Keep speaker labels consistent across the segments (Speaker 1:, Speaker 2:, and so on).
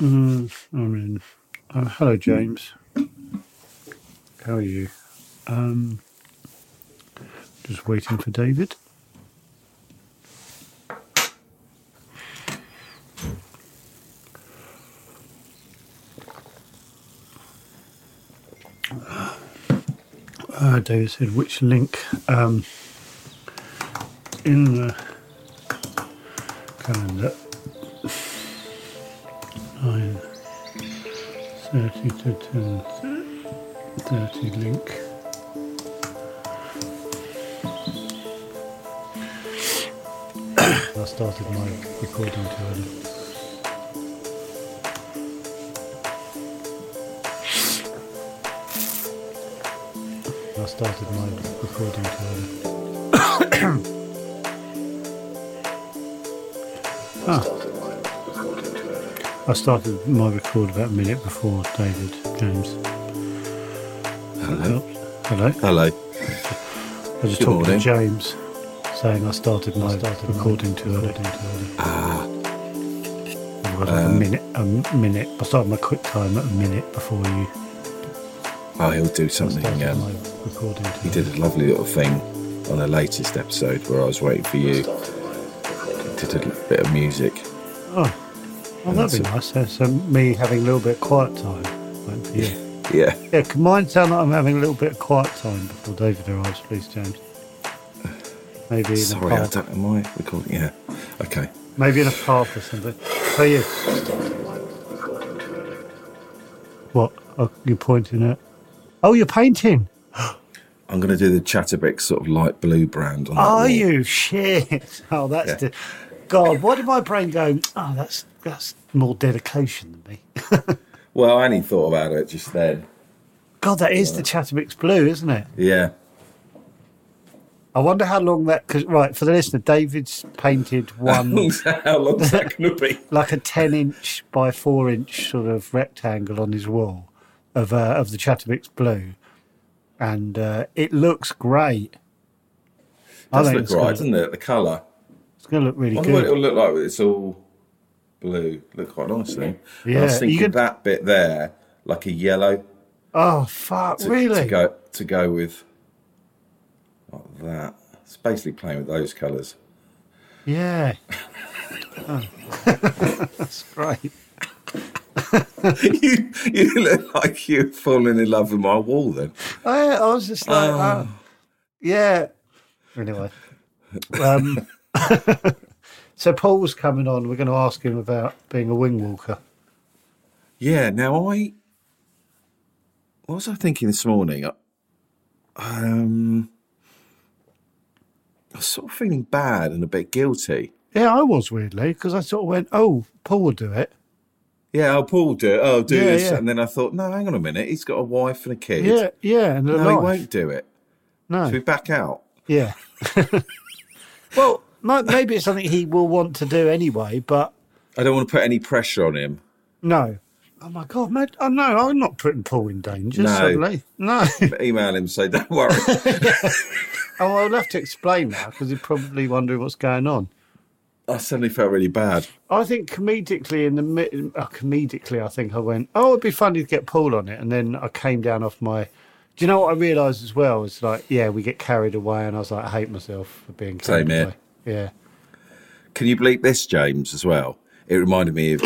Speaker 1: I mean, uh, hello, James. How are you? Um, just waiting for David. Uh, David said, which link um, in the calendar? Nine. 30 to 10, 30 link. I started my recording um, too early. I started my recording um, too early. I started my record about a minute before David James. Hello. Hello.
Speaker 2: Hello.
Speaker 1: I was talking
Speaker 2: Good
Speaker 1: to
Speaker 2: morning.
Speaker 1: James, saying I started my recording too early. Ah. I've got like
Speaker 2: Um,
Speaker 1: a minute. A minute. I started my quick time at a minute before you.
Speaker 2: Oh, he'll do something.
Speaker 1: started
Speaker 2: Um,
Speaker 1: my recording too
Speaker 2: he did a lovely little thing on the latest episode where I was waiting for you. Did a bit of music.
Speaker 1: Oh, that'd be nice. So, so me having a little bit of quiet time. Went for you.
Speaker 2: Yeah.
Speaker 1: Yeah, can mine sound like I'm having a little bit of quiet time before David arrives, please, James? Maybe in a
Speaker 2: Sorry, I
Speaker 1: park.
Speaker 2: don't. Am I recording? Yeah. Okay.
Speaker 1: Maybe in a park or something. So you. What? Oh, you're pointing at. Oh, you're painting.
Speaker 2: I'm going to do the Chatterbeck sort of light blue brand on. that
Speaker 1: Are
Speaker 2: wall.
Speaker 1: you shit? Oh, that's
Speaker 2: Yeah.
Speaker 1: the. God, why did my brain go? Oh, that's that's more dedication than me.
Speaker 2: Well, I only thought about it just then.
Speaker 1: God, that is the Chatterbox Blue, isn't it?
Speaker 2: Yeah.
Speaker 1: I wonder how long that. Cause, right for the listener, David's painted one
Speaker 2: How long's that going to be?
Speaker 1: like a ten-inch by four-inch sort of rectangle on his wall of uh, of the Chatterbox Blue, and uh, it looks great. I
Speaker 2: Does
Speaker 1: think
Speaker 2: look
Speaker 1: it's
Speaker 2: right,
Speaker 1: gonna,
Speaker 2: doesn't it? The colour.
Speaker 1: it's going to look really
Speaker 2: I wonder what it'll
Speaker 1: good.
Speaker 2: look like. when It's all blue. Look quite nicely. And I
Speaker 1: Yeah, you
Speaker 2: was thinking
Speaker 1: could-
Speaker 2: that bit there, like a yellow.
Speaker 1: Oh fuck!
Speaker 2: to,
Speaker 1: really?
Speaker 2: to go to go with like that. It's basically playing with those colours.
Speaker 1: Yeah. Oh. that's great.
Speaker 2: you you look like you're falling in love with my wall then.
Speaker 1: I, I was just like, oh. yeah. Anyway, um, so Paul's coming on. We're going to ask him about being a wing walker.
Speaker 2: Yeah, now I what was I thinking this morning? I- Um I was sort of feeling bad and a bit guilty.
Speaker 1: Yeah, I was weirdly because I sort of went, "Oh, Paul will do it."
Speaker 2: Yeah, oh Paul do it. Oh do
Speaker 1: Yeah,
Speaker 2: this
Speaker 1: yeah.
Speaker 2: and then I thought, no, hang on a minute, he's got a wife and a kid.
Speaker 1: Yeah, yeah, and a
Speaker 2: No, he
Speaker 1: life.
Speaker 2: won't do it.
Speaker 1: No,
Speaker 2: So we back out.
Speaker 1: yeah. well, mi- maybe it's something he will want to do anyway, but
Speaker 2: I don't want to put any pressure on him.
Speaker 1: no. Oh my God, man! Oh no, I'm not putting Paul in danger.
Speaker 2: No.
Speaker 1: Suddenly, no.
Speaker 2: Email him, say, don't worry.
Speaker 1: Oh, I'll have to explain now because you're probably wondering what's going on.
Speaker 2: I suddenly felt really bad.
Speaker 1: I think comedically in the mi- uh, comedically, I think I went, oh, it'd be funny to get Paul on it, and then I came down off my. Do you know what I realised as well? It's like, yeah, we get carried away, and I was like, I hate myself for being carried
Speaker 2: Same here.
Speaker 1: away. Yeah,
Speaker 2: Can you bleep this, James, as well? It reminded me of.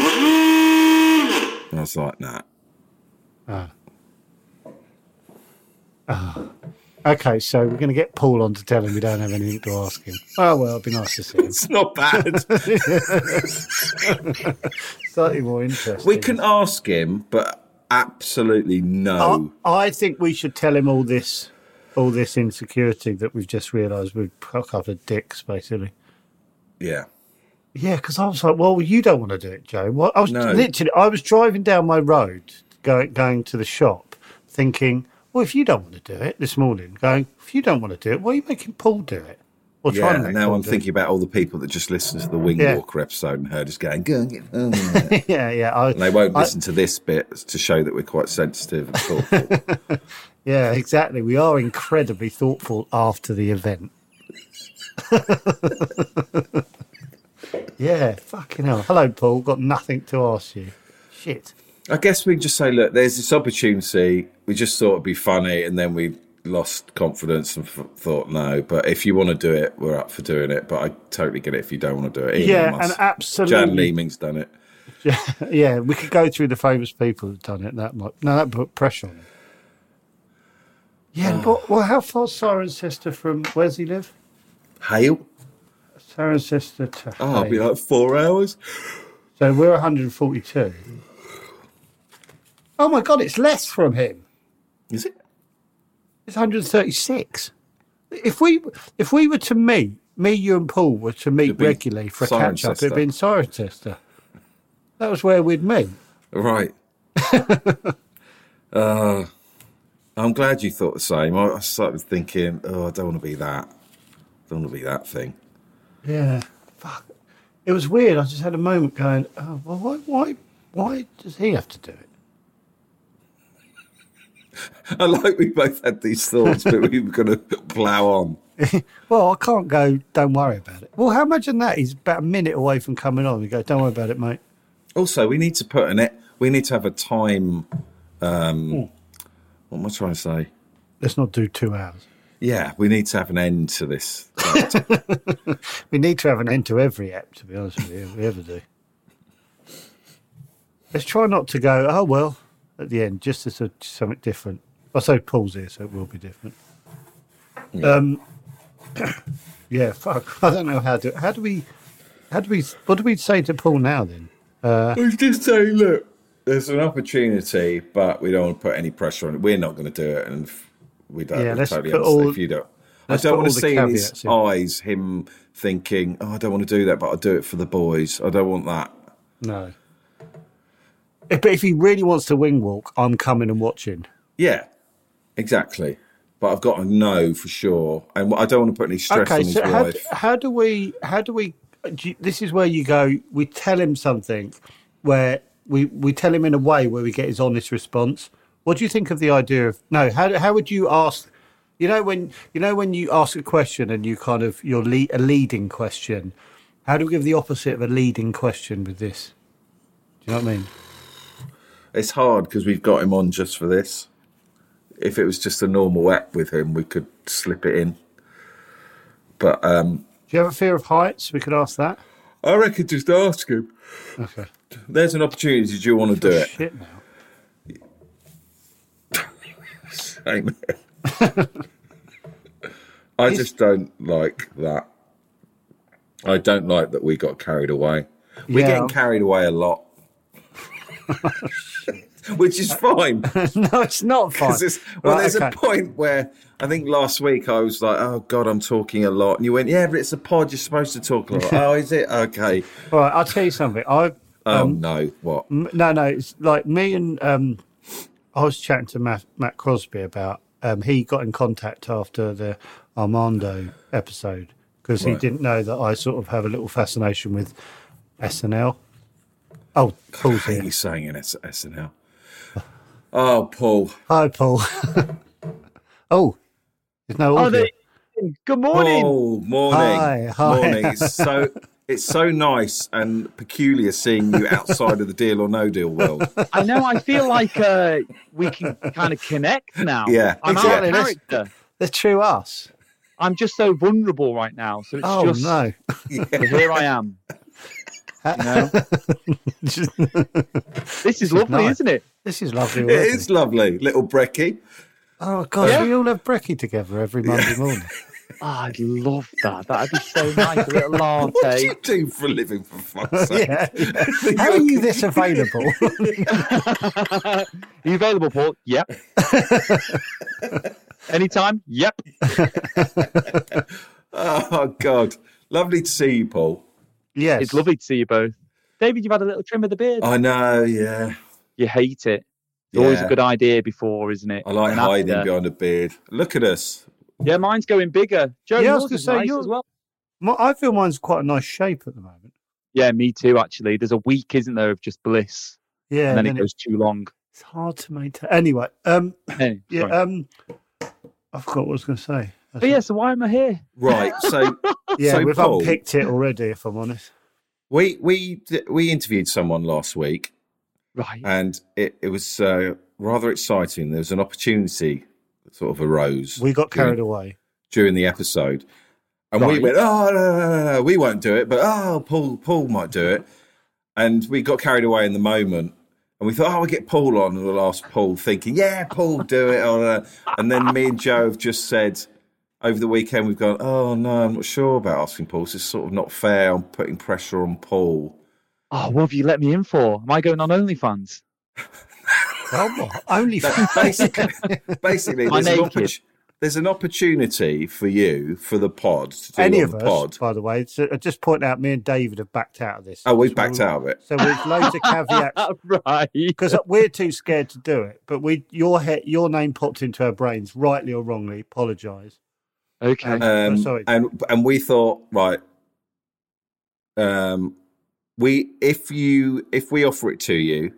Speaker 2: And I was like, nah.
Speaker 1: Okay, so we're going to get Paul on to tell him we don't have anything to ask him. Oh well, it'd be nice to see him.
Speaker 2: It's not bad.
Speaker 1: Slightly more interesting.
Speaker 2: we can ask him, but absolutely no.
Speaker 1: I think we should tell him all this, all this insecurity that we've just realised we've a couple of dicks, basically.
Speaker 2: Yeah.
Speaker 1: Yeah, because I was like, well, you don't want to do it, Joe. Well, I was
Speaker 2: No.
Speaker 1: literally, I was driving down my road, going going to the shop, thinking, well, if you don't want to do it this morning, going, if you don't want to do it, why are you making Paul do it? Or
Speaker 2: Yeah,
Speaker 1: trying to
Speaker 2: and
Speaker 1: make
Speaker 2: now
Speaker 1: Paul
Speaker 2: I'm
Speaker 1: do it?
Speaker 2: thinking about all the people that just listened to the Wing
Speaker 1: Yeah.
Speaker 2: Walker episode and heard us going, go and get and
Speaker 1: yeah, yeah, I,
Speaker 2: they won't
Speaker 1: I-
Speaker 2: listen to this bit to show that we're quite sensitive and thoughtful.
Speaker 1: Yeah, exactly. We are incredibly thoughtful after the event. yeah, fucking hell. Hello, Paul. Got nothing to ask you. Shit.
Speaker 2: I guess we just say, look, there's this opportunity. We just thought it'd be funny, and then we lost confidence and f- thought, no. But if you want to do it, we're up for doing it. But I totally get it if you don't want to do it. Ian
Speaker 1: Yeah,
Speaker 2: must-
Speaker 1: and absolutely-
Speaker 2: Jan Leeming's done it.
Speaker 1: Yeah, we could go through the famous people who've done it. That might no, that put pressure on. Them.
Speaker 2: Ah.
Speaker 1: Yeah, but well, how far's Siren's sister from? Where's he live?
Speaker 2: Hale?
Speaker 1: Siren's sister to.
Speaker 2: Oh, it'll be
Speaker 1: Hay.
Speaker 2: like four hours.
Speaker 1: So we're 142. Oh my god, it's less from him.
Speaker 2: Is it?
Speaker 1: It's 136. If we if we were to meet, me, you, and Paul were to meet
Speaker 2: It'd be
Speaker 1: regularly for a catch up,
Speaker 2: Cirencester.
Speaker 1: it'd be in Cirencester. That was where we'd meet.
Speaker 2: Right. uh, I'm glad you thought the same. I, I started thinking, oh, I don't want to be that. Don't want to be that thing.
Speaker 1: Yeah. Fuck. It was weird. I just had a moment going, oh, well, why, why, why does he have to do it?
Speaker 2: I like we both had these thoughts, but we were going to plough on.
Speaker 1: Well, I can't go, don't worry about it. Well, how much in that? He's about a minute away from coming on. We go, don't worry about it, mate.
Speaker 2: Also, we need to put an it. We need to have a time. Um,
Speaker 1: Hmm.
Speaker 2: what am I trying to say?
Speaker 1: Let's not do two hours.
Speaker 2: Yeah, we need to have an end to this.
Speaker 1: We need to have an end to every app, to be honest with you. if We ever do. Let's try not to go, oh, well, at the end, just as a, something different. I say Paul's here, so it will be different. Um, yeah, fuck. I don't know how to. How do we. How do we. What do we say to Paul now then?
Speaker 2: we just saying, look, there's an opportunity, but we don't want to put any pressure on it. We're not going to do it, and if we don't.
Speaker 1: Yeah,
Speaker 2: we
Speaker 1: let's
Speaker 2: totally
Speaker 1: put
Speaker 2: understand
Speaker 1: all-
Speaker 2: if you don't. I
Speaker 1: let's
Speaker 2: don't
Speaker 1: put
Speaker 2: want
Speaker 1: all
Speaker 2: to
Speaker 1: the
Speaker 2: see in his
Speaker 1: caveats in.
Speaker 2: eyes him thinking, "Oh, I don't want to do that, but I'll do it for the boys." I don't want that.
Speaker 1: No. If, but if he really wants to wing walk, I'm coming and watching.
Speaker 2: Yeah, exactly. But I've got to know for sure, and I don't want to put any stress on
Speaker 1: okay
Speaker 2: his
Speaker 1: so how,
Speaker 2: wife.
Speaker 1: d- how do we how do we do you- this is where you go we tell him something where we we tell him in a way where we get his honest response what do you think of the idea of no how, do- how would you ask you know when you know when you ask a question and you kind of you're le- a leading question how do we give the opposite of a leading question with this do you know what i mean
Speaker 2: It's hard because we've got him on just for this. If it was just a normal app with him, we could slip it in. But um,
Speaker 1: do you have a fear of heights we could ask that
Speaker 2: I reckon just ask him.
Speaker 1: okay
Speaker 2: There's an opportunity. Do you want to do it?
Speaker 1: shit now
Speaker 2: Amen. I just don't like that. I don't like that we got carried away. We're
Speaker 1: Yeah.
Speaker 2: getting carried away a lot, which is fine.
Speaker 1: no it's not fine
Speaker 2: Because it's- well,
Speaker 1: Right,
Speaker 2: there's a
Speaker 1: okay.
Speaker 2: point where I think last week I was like, "Oh God, I'm talking a lot," and you went, "Yeah, but it's a pod. You're supposed to talk a lot." oh, is it okay?
Speaker 1: all right i'll tell you something i
Speaker 2: Oh no, what?
Speaker 1: M- No, no, it's like me and um, I was chatting to Matt, Matt Crosby about. Um, he got in contact after the Armando episode because he
Speaker 2: Right.
Speaker 1: didn't know that I sort of have a little fascination with SNL. Oh, Paul's
Speaker 2: I hate
Speaker 1: here.
Speaker 2: you saying it, it's SNL. Oh, Paul.
Speaker 1: Hi, Paul. oh, there's no
Speaker 3: Oh,
Speaker 1: audio.
Speaker 3: there you are. Good morning.
Speaker 2: Paul, Oh, morning.
Speaker 1: Hi, hi.
Speaker 2: Morning. It's so it's so nice and peculiar seeing you outside of the deal or no deal world.
Speaker 3: I know. I feel like uh, we can kind of connect now.
Speaker 2: Yeah,
Speaker 3: I'm
Speaker 1: exactly.
Speaker 3: out of
Speaker 1: That's-
Speaker 3: character.
Speaker 1: The true us.
Speaker 3: I'm just so vulnerable right now. So it's
Speaker 1: Oh
Speaker 3: just
Speaker 1: no.
Speaker 3: but here I am. You know? this is lovely,
Speaker 1: nice.
Speaker 3: isn't it?
Speaker 1: this is lovely.
Speaker 2: It
Speaker 1: Already.
Speaker 2: is lovely. Little brekkie.
Speaker 1: Oh gosh,
Speaker 3: Yeah.
Speaker 1: we all have brekkie together every Monday morning.
Speaker 3: Oh, I'd love that. That'd be so nice. A little
Speaker 2: What do
Speaker 3: latte.
Speaker 2: you do for a living, for fuck's sake?
Speaker 1: yeah. How are you this available?
Speaker 3: Are you available, Paul? Yep. Anytime? Yep.
Speaker 2: Oh, God. Lovely to see you, Paul.
Speaker 1: yes. Oh.
Speaker 3: It's lovely to see you both. David, you've had a little trim of the beard.
Speaker 2: I know, yeah.
Speaker 3: You hate it. It's always a
Speaker 2: Yeah.
Speaker 3: good idea before, isn't it?
Speaker 2: I like
Speaker 3: And
Speaker 2: hiding
Speaker 3: after.
Speaker 2: behind a beard. Look at us.
Speaker 3: Yeah, mine's going bigger. Joe,
Speaker 1: Yeah, I was
Speaker 3: yours
Speaker 1: gonna
Speaker 3: is
Speaker 1: say,
Speaker 3: nice
Speaker 1: yours-
Speaker 3: as well.
Speaker 1: My, I feel mine's quite a nice shape at the moment.
Speaker 3: Yeah, me too. Actually, there's a week, isn't there, of just bliss,
Speaker 1: Yeah.
Speaker 3: and then
Speaker 1: then
Speaker 3: it goes too long.
Speaker 1: It's hard to maintain. Anyway, um,
Speaker 3: Anyway,
Speaker 1: yeah,
Speaker 3: sorry.
Speaker 1: um, I forgot what I was going to say. That's
Speaker 3: but yeah, so why am I here?
Speaker 2: Right. So
Speaker 1: it. yeah,
Speaker 2: so
Speaker 1: we've
Speaker 2: Paul-
Speaker 1: unpicked it already. If I'm honest,
Speaker 2: we we we interviewed someone last week
Speaker 3: Right.
Speaker 2: and it, it was uh, rather exciting. There was an opportunity that sort of arose
Speaker 1: we got
Speaker 2: during,
Speaker 1: carried away.
Speaker 2: during the episode, and we
Speaker 3: Right.
Speaker 2: went, "Oh, no, no, no, no, we won't do it," but oh, Paul, Paul might do it, and we got carried away in the moment, and we thought, "Oh, we'll get Paul on," and we'll ask Paul, thinking, "Yeah, Paul, do it," oh, no. and then me and Joe have just said. Over the weekend, we've gone. Oh no, I'm not sure about asking Paul. This is sort of not fair. I'm putting pressure on Paul.
Speaker 3: Oh, what have you let me in for? Am I going on OnlyFans?
Speaker 1: Only
Speaker 2: But basically, basically
Speaker 3: My
Speaker 2: there's, an
Speaker 3: naked.
Speaker 2: oppor- there's an opportunity for you for the pod to do
Speaker 1: any
Speaker 2: on
Speaker 1: of
Speaker 2: the
Speaker 1: us,
Speaker 2: pod.
Speaker 1: by the way. So I just point out, me and David have backed out of this.
Speaker 2: Oh, we've
Speaker 1: So
Speaker 2: backed
Speaker 1: we-
Speaker 2: out of it.
Speaker 1: So with loads of caveats
Speaker 3: right.
Speaker 1: because we're too scared to do it. But we, your he, your name popped into our brains, rightly or wrongly. Apologise.
Speaker 3: Okay.
Speaker 1: Oh,
Speaker 2: Um,
Speaker 1: sorry.
Speaker 2: and and we thought right, um, we if you if we offer it to you,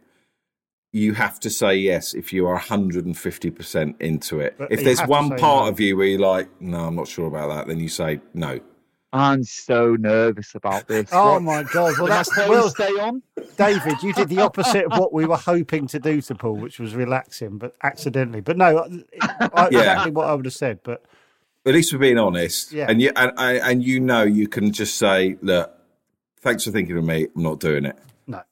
Speaker 2: you have to say yes if you are 150 percent into it.
Speaker 1: But
Speaker 2: if
Speaker 1: you
Speaker 2: there's
Speaker 1: have to
Speaker 2: one
Speaker 1: say
Speaker 2: part
Speaker 1: no.
Speaker 2: of you where you're like, no, I'm not sure about that, then you say no.
Speaker 3: I'm so nervous about this.
Speaker 1: Oh
Speaker 3: What-
Speaker 1: my God! Well,
Speaker 3: Can I
Speaker 1: that's
Speaker 3: tell you
Speaker 1: well,
Speaker 3: stay on.
Speaker 1: David, you did the opposite of what we were hoping to do to Paul, which was relax him, but accidentally. But no, I, I-
Speaker 2: Yeah.
Speaker 1: exactly what I would have said. But
Speaker 2: at least we're being honest.
Speaker 1: Yeah.
Speaker 2: And you and, and and you know you can just say, look, thanks for thinking of me. I'm not doing it.
Speaker 1: no,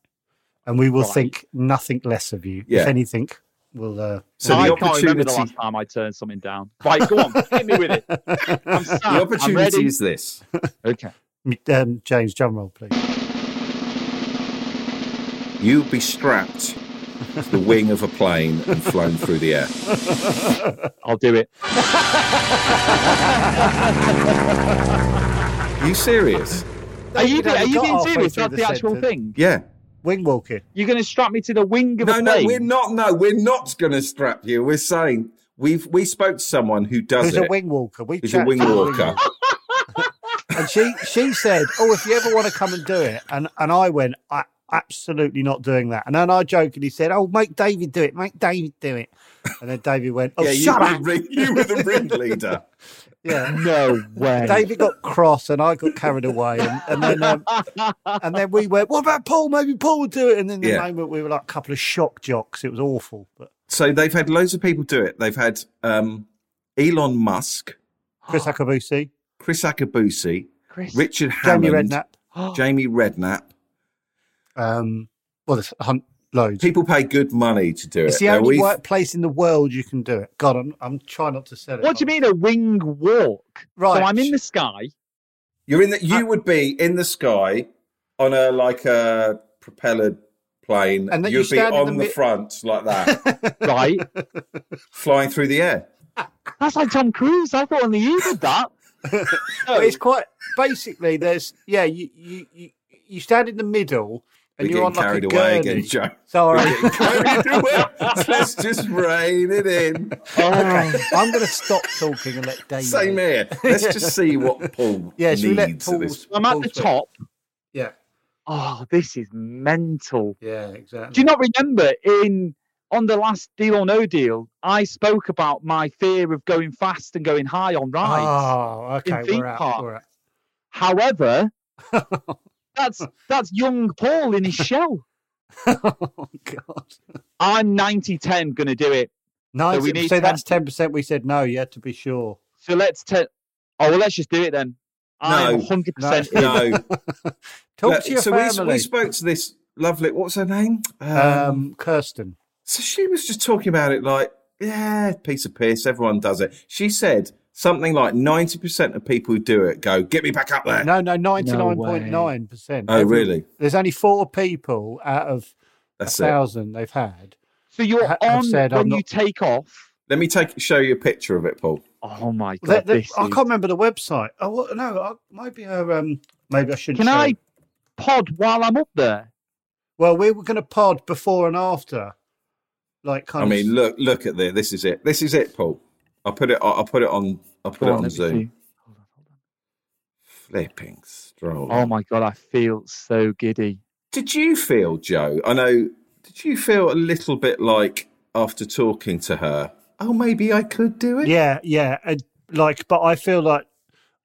Speaker 1: and we will
Speaker 3: Right.
Speaker 1: think nothing less of you.
Speaker 2: Yeah.
Speaker 1: If anything, we'll. Uh,
Speaker 2: So
Speaker 3: I
Speaker 2: the
Speaker 3: can't remember the last
Speaker 2: opportunity,
Speaker 3: time I turned something down. Right, go on, hit me with it. I'm
Speaker 2: the
Speaker 3: sad. I'm ready.
Speaker 2: opportunity is this.
Speaker 3: Okay.
Speaker 1: um, James, drum roll, please.
Speaker 2: You'll be strapped to the wing of a plane and flown through the air.
Speaker 3: I'll do it.
Speaker 2: Are you serious?
Speaker 3: Are you,
Speaker 1: David
Speaker 3: are
Speaker 1: only
Speaker 3: you
Speaker 1: got
Speaker 3: being
Speaker 1: halfway
Speaker 3: serious?
Speaker 1: through
Speaker 3: That's the, actual
Speaker 1: sentence.
Speaker 3: thing.
Speaker 2: Yeah.
Speaker 1: Wing walking.
Speaker 3: You're going to strap me to the wing of
Speaker 2: No,
Speaker 3: a
Speaker 2: no,
Speaker 3: plane?
Speaker 2: we're not. No, we're not going to strap you. We're saying we've we spoke to someone who does
Speaker 1: Who's
Speaker 2: it.
Speaker 1: a wing walker? We
Speaker 2: who's a
Speaker 1: chatted
Speaker 2: wing
Speaker 1: to a
Speaker 2: walker.
Speaker 1: and she she said, "Oh, if you ever want to come and do it," and and I went, "I absolutely not doing that." And then I jokingly said, "Oh, make David do it. Make David do it." And then David went, "Oh,
Speaker 2: yeah, you
Speaker 1: shut
Speaker 2: were,
Speaker 1: up!"
Speaker 2: the ring- you were the ringleader.
Speaker 1: Yeah.
Speaker 3: No way.
Speaker 1: David got cross and I got carried away, and, and then um, and then we went. What about Paul? Maybe Paul will do it. And then the
Speaker 2: Yeah.
Speaker 1: moment we were like a couple of shock jocks. It was awful. But
Speaker 2: So they've had loads of people do it. They've had um, Elon Musk,
Speaker 1: Chris
Speaker 3: Ah.
Speaker 1: Akabusi,
Speaker 2: Chris Akabusi,
Speaker 3: Chris.
Speaker 2: Richard
Speaker 1: Jamie
Speaker 2: Hammond,
Speaker 1: Redknapp,
Speaker 2: Jamie Redknapp.
Speaker 1: um, well, there's hunt loads.
Speaker 2: People pay good money to do it.
Speaker 1: It's the
Speaker 2: Now,
Speaker 1: only
Speaker 2: we've-
Speaker 1: workplace in the world you can do it. God, I'm I'm trying not to sell it.
Speaker 3: What do you mean a wing walk?
Speaker 1: Right.
Speaker 3: So I'm in the sky.
Speaker 2: You're in the,
Speaker 1: Uh,
Speaker 2: you would be in the sky on a like a propellered plane,
Speaker 1: And then you
Speaker 2: you'd be
Speaker 1: stand in
Speaker 2: on
Speaker 1: the
Speaker 2: the,
Speaker 1: mi-
Speaker 2: front like that,
Speaker 3: Right.
Speaker 2: flying through the air.
Speaker 3: That's like Tom Cruise. I thought only you did that.
Speaker 1: But it's quite basically there's yeah you you you, you stand in the middle and
Speaker 2: We're
Speaker 1: you're on
Speaker 2: getting
Speaker 1: like a
Speaker 2: carried away
Speaker 1: gurney.
Speaker 2: again, Joe.
Speaker 1: Sorry,
Speaker 2: Let's just rein it in.
Speaker 1: I'm going to stop talking and let David.
Speaker 2: Same here. Let's just see what Paul
Speaker 1: Yeah, should we let
Speaker 2: needs
Speaker 1: Paul
Speaker 2: at this.
Speaker 3: Oh, I'm at the
Speaker 1: Paul's-
Speaker 3: top.
Speaker 1: Yeah,
Speaker 3: oh, this is mental.
Speaker 1: Yeah, exactly.
Speaker 3: Do you not remember in on the last Deal or No Deal, I spoke about my fear of going fast and going high on rides.
Speaker 1: Oh,
Speaker 3: in
Speaker 1: okay.
Speaker 3: theme
Speaker 1: We're out.
Speaker 3: park.
Speaker 1: We're out.
Speaker 3: However, that's that's young Paul in his shell.
Speaker 1: oh, God.
Speaker 3: I'm 90 10 going to do it.
Speaker 1: Ninety
Speaker 3: we need
Speaker 1: percent. That's ten percent. We said no. Yeah, to be sure.
Speaker 3: So let's te- oh, well, let's just do it then. I'm
Speaker 2: No.
Speaker 3: 100% in.
Speaker 2: No.
Speaker 1: Talk
Speaker 2: Look,
Speaker 1: to your
Speaker 2: so we,
Speaker 1: family.
Speaker 2: we spoke to this lovely. What's her name?
Speaker 1: um, Kirsten.
Speaker 2: So she was just talking about it like, yeah, piece of piss. Everyone does it. She said something like 90% of people who do it go, get me back up there.
Speaker 1: No, no, ninety-nine point nine percent.
Speaker 2: Oh, really?
Speaker 1: There's only four people out of a
Speaker 2: That's it.
Speaker 1: thousand they've had.
Speaker 3: So you're
Speaker 1: I- I've
Speaker 3: on
Speaker 1: said I'm
Speaker 3: when you
Speaker 1: not-
Speaker 3: take off.
Speaker 2: Let me take show you a picture of it, Paul.
Speaker 3: Oh my
Speaker 1: They-
Speaker 3: god!
Speaker 1: they-
Speaker 3: this
Speaker 1: I
Speaker 3: is-
Speaker 1: can't remember the website. Oh what, no, I, might be her. Um, maybe I should.
Speaker 3: Can
Speaker 1: show.
Speaker 3: I pod while I'm up there?
Speaker 1: Well, we were going to pod before and after, like kind
Speaker 2: I
Speaker 1: of.
Speaker 2: mean, look, look at this. This is it. This is it, Paul. I'll put it. I'll put it on. I'll put
Speaker 3: Go
Speaker 2: it
Speaker 3: on,
Speaker 2: on
Speaker 3: let me
Speaker 2: Zoom.
Speaker 3: see. Hold on, hold
Speaker 2: Flipping stroll.
Speaker 3: on. Oh my god! I feel so giddy.
Speaker 2: Did you feel, Joe? I know. Did you feel a little bit like after talking to her? Oh, maybe I could do it.
Speaker 1: Yeah, yeah. And like, but I feel like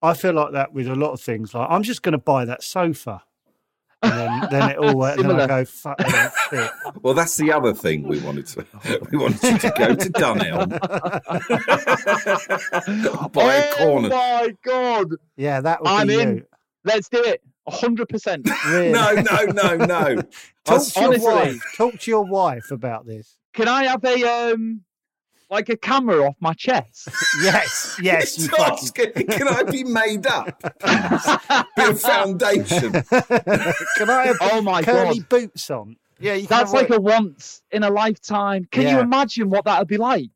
Speaker 1: I feel like that with a lot of things. Like, I'm just going to buy that sofa, and then, then it all. And then I
Speaker 3: Similar.
Speaker 1: go, fuck that shit.
Speaker 2: Well, that's the other thing we wanted to. We wanted you to go to Dunelm. Buy a
Speaker 3: oh
Speaker 2: corner.
Speaker 3: my god!
Speaker 1: Yeah, that would
Speaker 3: I'm
Speaker 1: be
Speaker 3: in.
Speaker 1: you.
Speaker 3: Let's do it. hundred percent.
Speaker 1: Really.
Speaker 2: No, no, no, no.
Speaker 1: Talk to
Speaker 3: Honestly.
Speaker 1: your wife. Talk to your wife about this.
Speaker 3: Can I have a um, like a camera off my chest?
Speaker 1: Yes, yes. you
Speaker 2: It's
Speaker 1: fucking.
Speaker 2: asking, can I be made up? Bit of foundation.
Speaker 1: Can I have
Speaker 3: Oh my
Speaker 1: curly
Speaker 3: god!
Speaker 1: boots on? Yeah, you
Speaker 3: That's like a once in a lifetime. Can you
Speaker 1: Yeah.
Speaker 3: imagine what that would be like?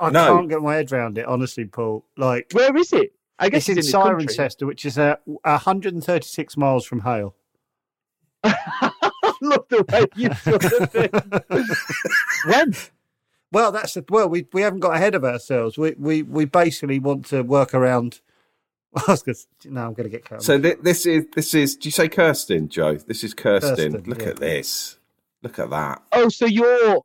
Speaker 1: I
Speaker 2: No.
Speaker 1: can't get my head around it, honestly, Paul. Like,
Speaker 3: Where is it? I
Speaker 1: it's
Speaker 3: guess
Speaker 1: in
Speaker 3: it's, in the country.
Speaker 1: Cirencester, which is uh, 136 miles from Hale.
Speaker 3: I love the way you took it. when?
Speaker 1: Well, that's the, well. We we haven't got ahead of ourselves. We we we basically want to work around. I was gonna, no, I'm going to get cut.
Speaker 2: So th- this is this is. Do you say Kirsten, Joe? This is Kirsten.
Speaker 1: Kirsten,
Speaker 2: Look
Speaker 1: yeah.
Speaker 2: at this. Look at that.
Speaker 3: Oh, so you're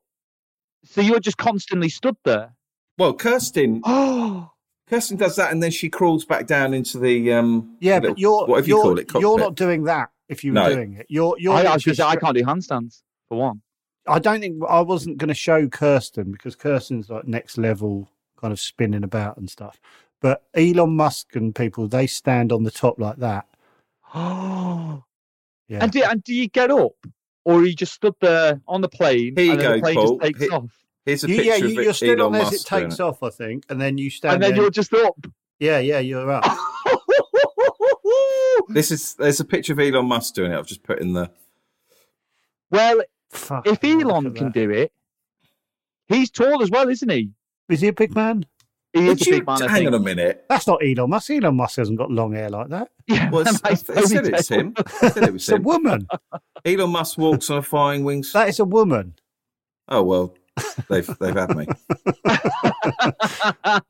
Speaker 3: so you're just constantly stood there.
Speaker 2: Well, Kirsten.
Speaker 3: Oh,
Speaker 2: Kirsten does that, and then she crawls back down into the um.
Speaker 1: yeah,
Speaker 2: little-
Speaker 1: but you're
Speaker 2: whatever
Speaker 1: you're,
Speaker 2: you call it. Cockpit.
Speaker 1: you're not doing that if you were
Speaker 2: No.
Speaker 1: doing it. You're you're.
Speaker 3: I, I was
Speaker 1: literally
Speaker 3: gonna say I
Speaker 1: stra-
Speaker 3: can't do handstands for one.
Speaker 1: I don't think I wasn't going to show Kirsten because Kirsten's like next level kind of spinning about and stuff. But Elon Musk and people they stand on the top like that.
Speaker 3: Oh,
Speaker 1: Yeah.
Speaker 3: and do and do you get up, or are you just stood there on the plane?
Speaker 2: Here you
Speaker 3: and then
Speaker 2: go,
Speaker 3: the plane
Speaker 2: Paul.
Speaker 3: just takes
Speaker 2: Here-
Speaker 3: off,
Speaker 2: Here's a
Speaker 1: You-
Speaker 2: picture
Speaker 1: yeah, you,
Speaker 2: of
Speaker 1: you're stood
Speaker 2: Elon
Speaker 1: on as
Speaker 2: Musk
Speaker 1: it takes
Speaker 2: doing
Speaker 1: off, I think, and then you stand.
Speaker 3: and then
Speaker 1: there
Speaker 3: you're just up.
Speaker 1: yeah, yeah, you're up.
Speaker 2: This is there's a picture of Elon Musk doing it. I've just put in the.
Speaker 3: well,
Speaker 1: Fuck,
Speaker 3: if
Speaker 1: look
Speaker 3: Elon
Speaker 1: at
Speaker 3: can
Speaker 1: that.
Speaker 3: do it, he's tall as well, isn't he?
Speaker 1: is he a big man?
Speaker 3: He
Speaker 2: Would
Speaker 3: is a
Speaker 2: you-
Speaker 3: big man. I
Speaker 2: hang
Speaker 3: think.
Speaker 2: on a minute.
Speaker 1: That's not Elon Musk. Elon Musk hasn't got long hair like that.
Speaker 3: Yeah,
Speaker 2: Well, it's, I
Speaker 3: nice
Speaker 2: th- I said it's
Speaker 3: ponytail.
Speaker 2: him. I said it was
Speaker 1: It's a
Speaker 2: him.
Speaker 1: woman.
Speaker 2: Elon Musk walks on a flying wings.
Speaker 1: That is a woman.
Speaker 2: Oh well, they've they've had me.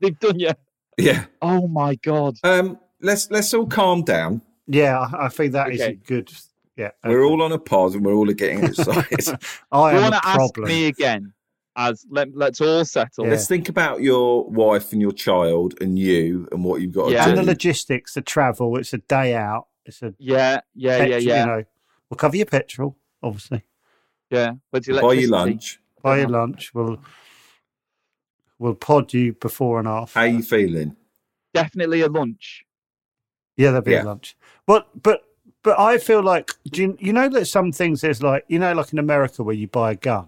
Speaker 3: They've done you.
Speaker 2: Yeah.
Speaker 3: Oh my god.
Speaker 2: Um. Let's let's all calm down.
Speaker 1: Yeah, I, I think that is
Speaker 3: Okay.
Speaker 1: good. Yeah,
Speaker 2: We're all on a pod and we're all getting excited.
Speaker 1: I
Speaker 3: you
Speaker 1: am
Speaker 3: want
Speaker 1: a
Speaker 3: to ask
Speaker 1: problem.
Speaker 3: me again? As let, let's all settle.
Speaker 1: Yeah.
Speaker 2: Let's think about your wife and your child and you and what you've got
Speaker 3: Yeah.
Speaker 1: And
Speaker 2: to
Speaker 1: the
Speaker 2: do.
Speaker 1: logistics, the travel. It's a day out. It's a
Speaker 3: Yeah, yeah,
Speaker 1: petrol,
Speaker 3: yeah,
Speaker 1: You
Speaker 3: yeah,
Speaker 1: know, we'll cover your petrol, obviously.
Speaker 3: yeah. But the
Speaker 2: Buy you
Speaker 3: electricity-
Speaker 2: lunch.
Speaker 1: Buy
Speaker 3: Uh-huh.
Speaker 1: your lunch. We'll we'll pod you before and after.
Speaker 2: How you feeling?
Speaker 3: Definitely a lunch.
Speaker 1: Yeah, there'll be
Speaker 2: Yeah.
Speaker 1: a lunch. But but but I feel like do you, you know that some things there's like you know like in America where you buy a gun,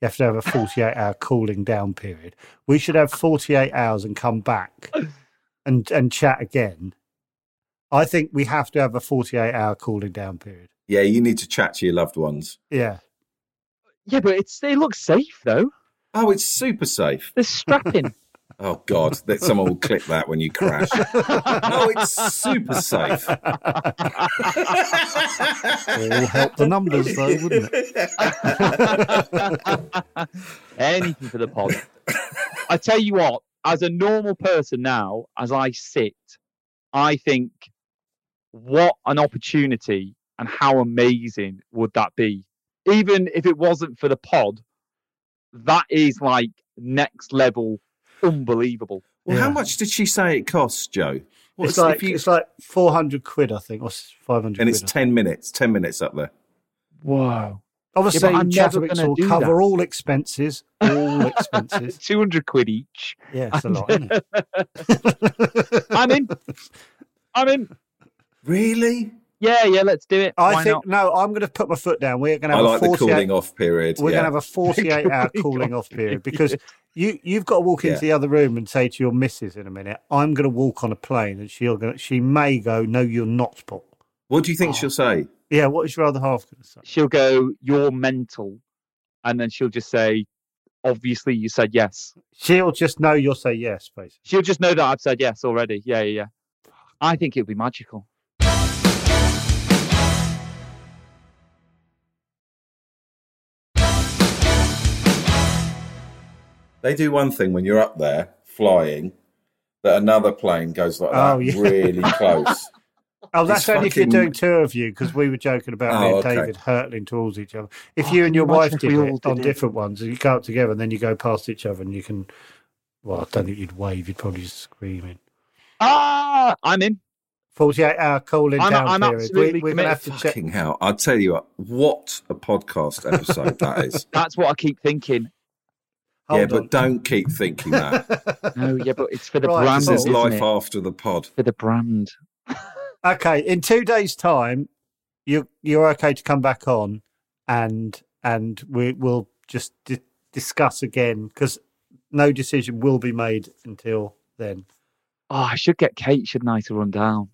Speaker 1: you have to have a 48 hour cooling down period. We should have 48 hours and come back and and chat again. I think we have to have a 48 hour cooling down period.
Speaker 2: Yeah, you need to chat to your loved ones.
Speaker 1: Yeah.
Speaker 3: Yeah, but it's they look safe though.
Speaker 2: Oh, it's super safe.
Speaker 3: They're strapping.
Speaker 2: Oh God, that someone will clip that when you crash. oh, it's super safe.
Speaker 1: It'll help the numbers though, wouldn't it?
Speaker 3: Anything for the pod. I tell you what, as a normal person now, as I sit, I think what an opportunity And how amazing would that be? Even if it wasn't for the pod, that is like next level, unbelievable.
Speaker 2: Well, how
Speaker 1: Yeah.
Speaker 2: much did she say it costs, Joe?
Speaker 1: It's
Speaker 2: What's- if
Speaker 1: like
Speaker 2: you-
Speaker 1: it's like four hundred quid, I think, or five hundred.
Speaker 2: and it's
Speaker 1: quid,
Speaker 2: ten minutes. Ten minutes up there.
Speaker 3: Wow.
Speaker 1: Obviously,
Speaker 3: Yeah, but I'm never
Speaker 1: Chatterbox
Speaker 3: gonna
Speaker 1: will
Speaker 3: do
Speaker 1: cover
Speaker 3: that.
Speaker 1: all expenses. All expenses.
Speaker 3: 200 quid each.
Speaker 1: Yeah, it's a lot. Isn't it?
Speaker 3: I'm in. I'm in.
Speaker 2: Really?
Speaker 3: Yeah, yeah, let's do it.
Speaker 1: I
Speaker 3: Why
Speaker 1: think
Speaker 3: not?
Speaker 1: no. I'm going to put my foot down. We're going to
Speaker 2: I
Speaker 1: have
Speaker 2: like
Speaker 1: a
Speaker 2: the
Speaker 1: 48
Speaker 2: cooling off period.
Speaker 1: We're
Speaker 2: yeah.
Speaker 1: going to have a 48 hour cooling off period because you you've got to walk into
Speaker 2: Yeah.
Speaker 1: the other room and say to your missus in a minute, "I'm going to walk on a plane," and she'll go. She may go, "No, you're not, Paul."
Speaker 2: What do you think
Speaker 1: Oh.
Speaker 2: she'll say?
Speaker 1: Yeah, what is your other half going to say?
Speaker 3: She'll go, You're mental. And then she'll just say, Obviously, you said yes.
Speaker 1: She'll just know you'll say yes, basically.
Speaker 3: She'll just know that I've said yes already. Yeah, yeah, yeah. I think it'll be magical.
Speaker 2: They do one thing when you're up there flying, that another plane goes like that,
Speaker 1: Oh, yeah.
Speaker 2: really close.
Speaker 1: Oh, that's
Speaker 2: It's
Speaker 1: only if you're
Speaker 2: fucking-
Speaker 1: doing two of you because we were joking about me
Speaker 2: Oh,
Speaker 1: and
Speaker 2: okay.
Speaker 1: David hurtling towards each other. If
Speaker 3: Oh,
Speaker 1: you
Speaker 3: can
Speaker 1: and
Speaker 3: you
Speaker 1: your wife
Speaker 3: imagine if
Speaker 1: did
Speaker 3: we all
Speaker 1: it
Speaker 3: did
Speaker 1: on
Speaker 3: it?
Speaker 1: different ones, and you go up together and then you go past each other and you can. Well, I don't think you'd wave. You'd probably just scream in.
Speaker 3: Ah, I'm in.
Speaker 1: 48 hour cooling
Speaker 3: I'm-
Speaker 1: down
Speaker 3: I'm
Speaker 1: period. We,
Speaker 3: absolutely
Speaker 1: we're going to
Speaker 3: committed.
Speaker 1: have to check.
Speaker 2: Fucking hell! I tell you what, what a podcast episode that is.
Speaker 3: That's what I keep thinking.
Speaker 1: Hold
Speaker 2: yeah,
Speaker 1: on.
Speaker 2: but don't keep thinking that.
Speaker 3: No, yeah, but it's for the
Speaker 1: Right,
Speaker 3: brand.
Speaker 2: this is
Speaker 3: Isn't
Speaker 2: life
Speaker 3: it?
Speaker 2: after the pod.
Speaker 3: For the brand. Oh,
Speaker 1: Okay, in two days' time, you you're okay to come back on, and and we will just di- discuss again because no decision will be made until then.
Speaker 3: Oh, I should get Kate, shouldn't I, to run down?